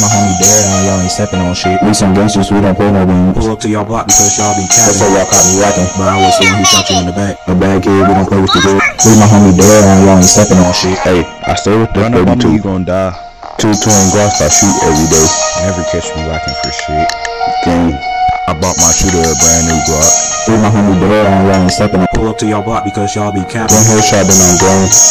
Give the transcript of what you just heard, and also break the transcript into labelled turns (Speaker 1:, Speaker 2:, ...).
Speaker 1: dare on y'all ain't stepping on shit.
Speaker 2: We some gangsters, we don't pull no beans.
Speaker 1: Pull up to y'all block because y'all be
Speaker 2: That's
Speaker 1: capping.
Speaker 2: why y'all caught me rockin'.
Speaker 1: But I was the one who shot you in the back.
Speaker 2: A bad kid, we don't play with the dick. Leave my homie dead on, y'all ain't stepping on shit. Hey, I stay with the
Speaker 3: Run up on me,
Speaker 2: 32.
Speaker 3: you gon' die.
Speaker 2: Two twin glass I shoot every day.
Speaker 3: Never catch me lacking for shit.
Speaker 2: Gang.
Speaker 3: I bought my shooter a brand new Glock.
Speaker 2: Leave my homie dead on, y'all ain't stepping on
Speaker 1: Pull up to y'all block because y'all be capping.
Speaker 2: One headshot, then I'm gone.